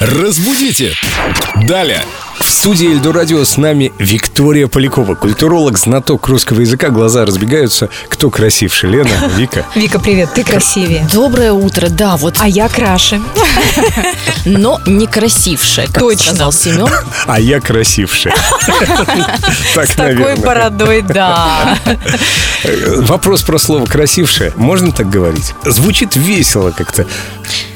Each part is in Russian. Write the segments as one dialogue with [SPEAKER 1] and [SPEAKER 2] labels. [SPEAKER 1] Разбудите! Далее! В студии Эльду Радио с нами Виктория Полякова, культуролог, знаток русского языка. Глаза разбегаются. Кто красивше, Лена, Вика?
[SPEAKER 2] Вика, привет, ты красивее.
[SPEAKER 3] Доброе утро, да, вот,
[SPEAKER 2] А я краше.
[SPEAKER 3] но некрасившая, как
[SPEAKER 2] Точно.
[SPEAKER 3] сказал Семен.
[SPEAKER 1] А я красивше. Так,
[SPEAKER 3] Такой
[SPEAKER 1] наверное.
[SPEAKER 3] бородой, да.
[SPEAKER 1] Э, Вопрос про слово «красивше». Можно так говорить? Звучит весело как-то.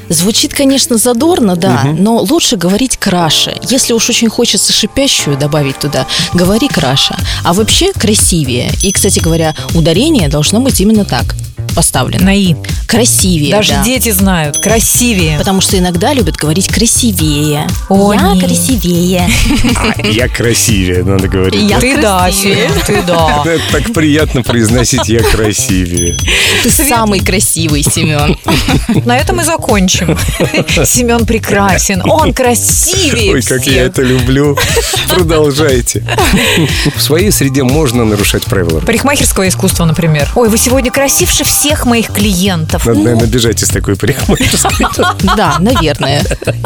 [SPEAKER 3] Звучит, конечно, задорно, да, но лучше говорить краше. Если уж очень хочется шипящую добавить туда, говори краше. А вообще красивее. И, кстати говоря, ударение должно быть именно так поставлено.
[SPEAKER 2] Наи.
[SPEAKER 3] Красивее,
[SPEAKER 2] Даже
[SPEAKER 3] да.
[SPEAKER 2] дети знают, красивее.
[SPEAKER 3] Потому что иногда любят говорить красивее.
[SPEAKER 2] О,
[SPEAKER 3] Я
[SPEAKER 2] нет.
[SPEAKER 3] красивее.
[SPEAKER 1] А я красивее, надо говорить.
[SPEAKER 3] Я
[SPEAKER 2] ты да,
[SPEAKER 3] красивее.
[SPEAKER 2] Семен, ты да.
[SPEAKER 1] Это так приятно произносить «я красивее».
[SPEAKER 3] Ты самый красивый, Семен.
[SPEAKER 2] На этом и закончим. Семен прекрасен, он красивее
[SPEAKER 1] Ой, как я
[SPEAKER 2] всех.
[SPEAKER 1] это люблю. Продолжайте. В своей среде можно нарушать правила.
[SPEAKER 2] Парикмахерского искусства, например. Ой, вы сегодня красивше всех моих клиентов.
[SPEAKER 1] Надо, наверное, бежать из такой парикмахерской.
[SPEAKER 3] Да, наверное.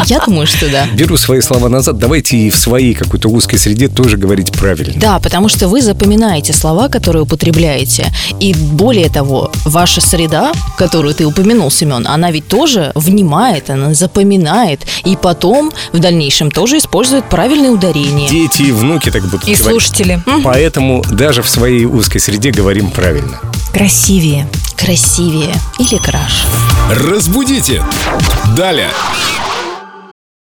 [SPEAKER 3] Я думаю, что да.
[SPEAKER 1] Беру свои слова назад. Давайте и в своей какой-то узкой среде тоже говорить правильно.
[SPEAKER 3] Да, потому что вы запоминаете слова, которые употребляете. И более того, ваша среда, которую ты упомянул, Семен, она ведь тоже внимает, она запоминает. И потом в дальнейшем тоже использует правильные ударения.
[SPEAKER 1] Дети и внуки так будут
[SPEAKER 2] И
[SPEAKER 1] говорить.
[SPEAKER 2] слушатели.
[SPEAKER 1] Поэтому даже в своей узкой среде говорим правильно.
[SPEAKER 2] Красивее.
[SPEAKER 3] Красивее или краше.
[SPEAKER 1] Разбудите! Далее!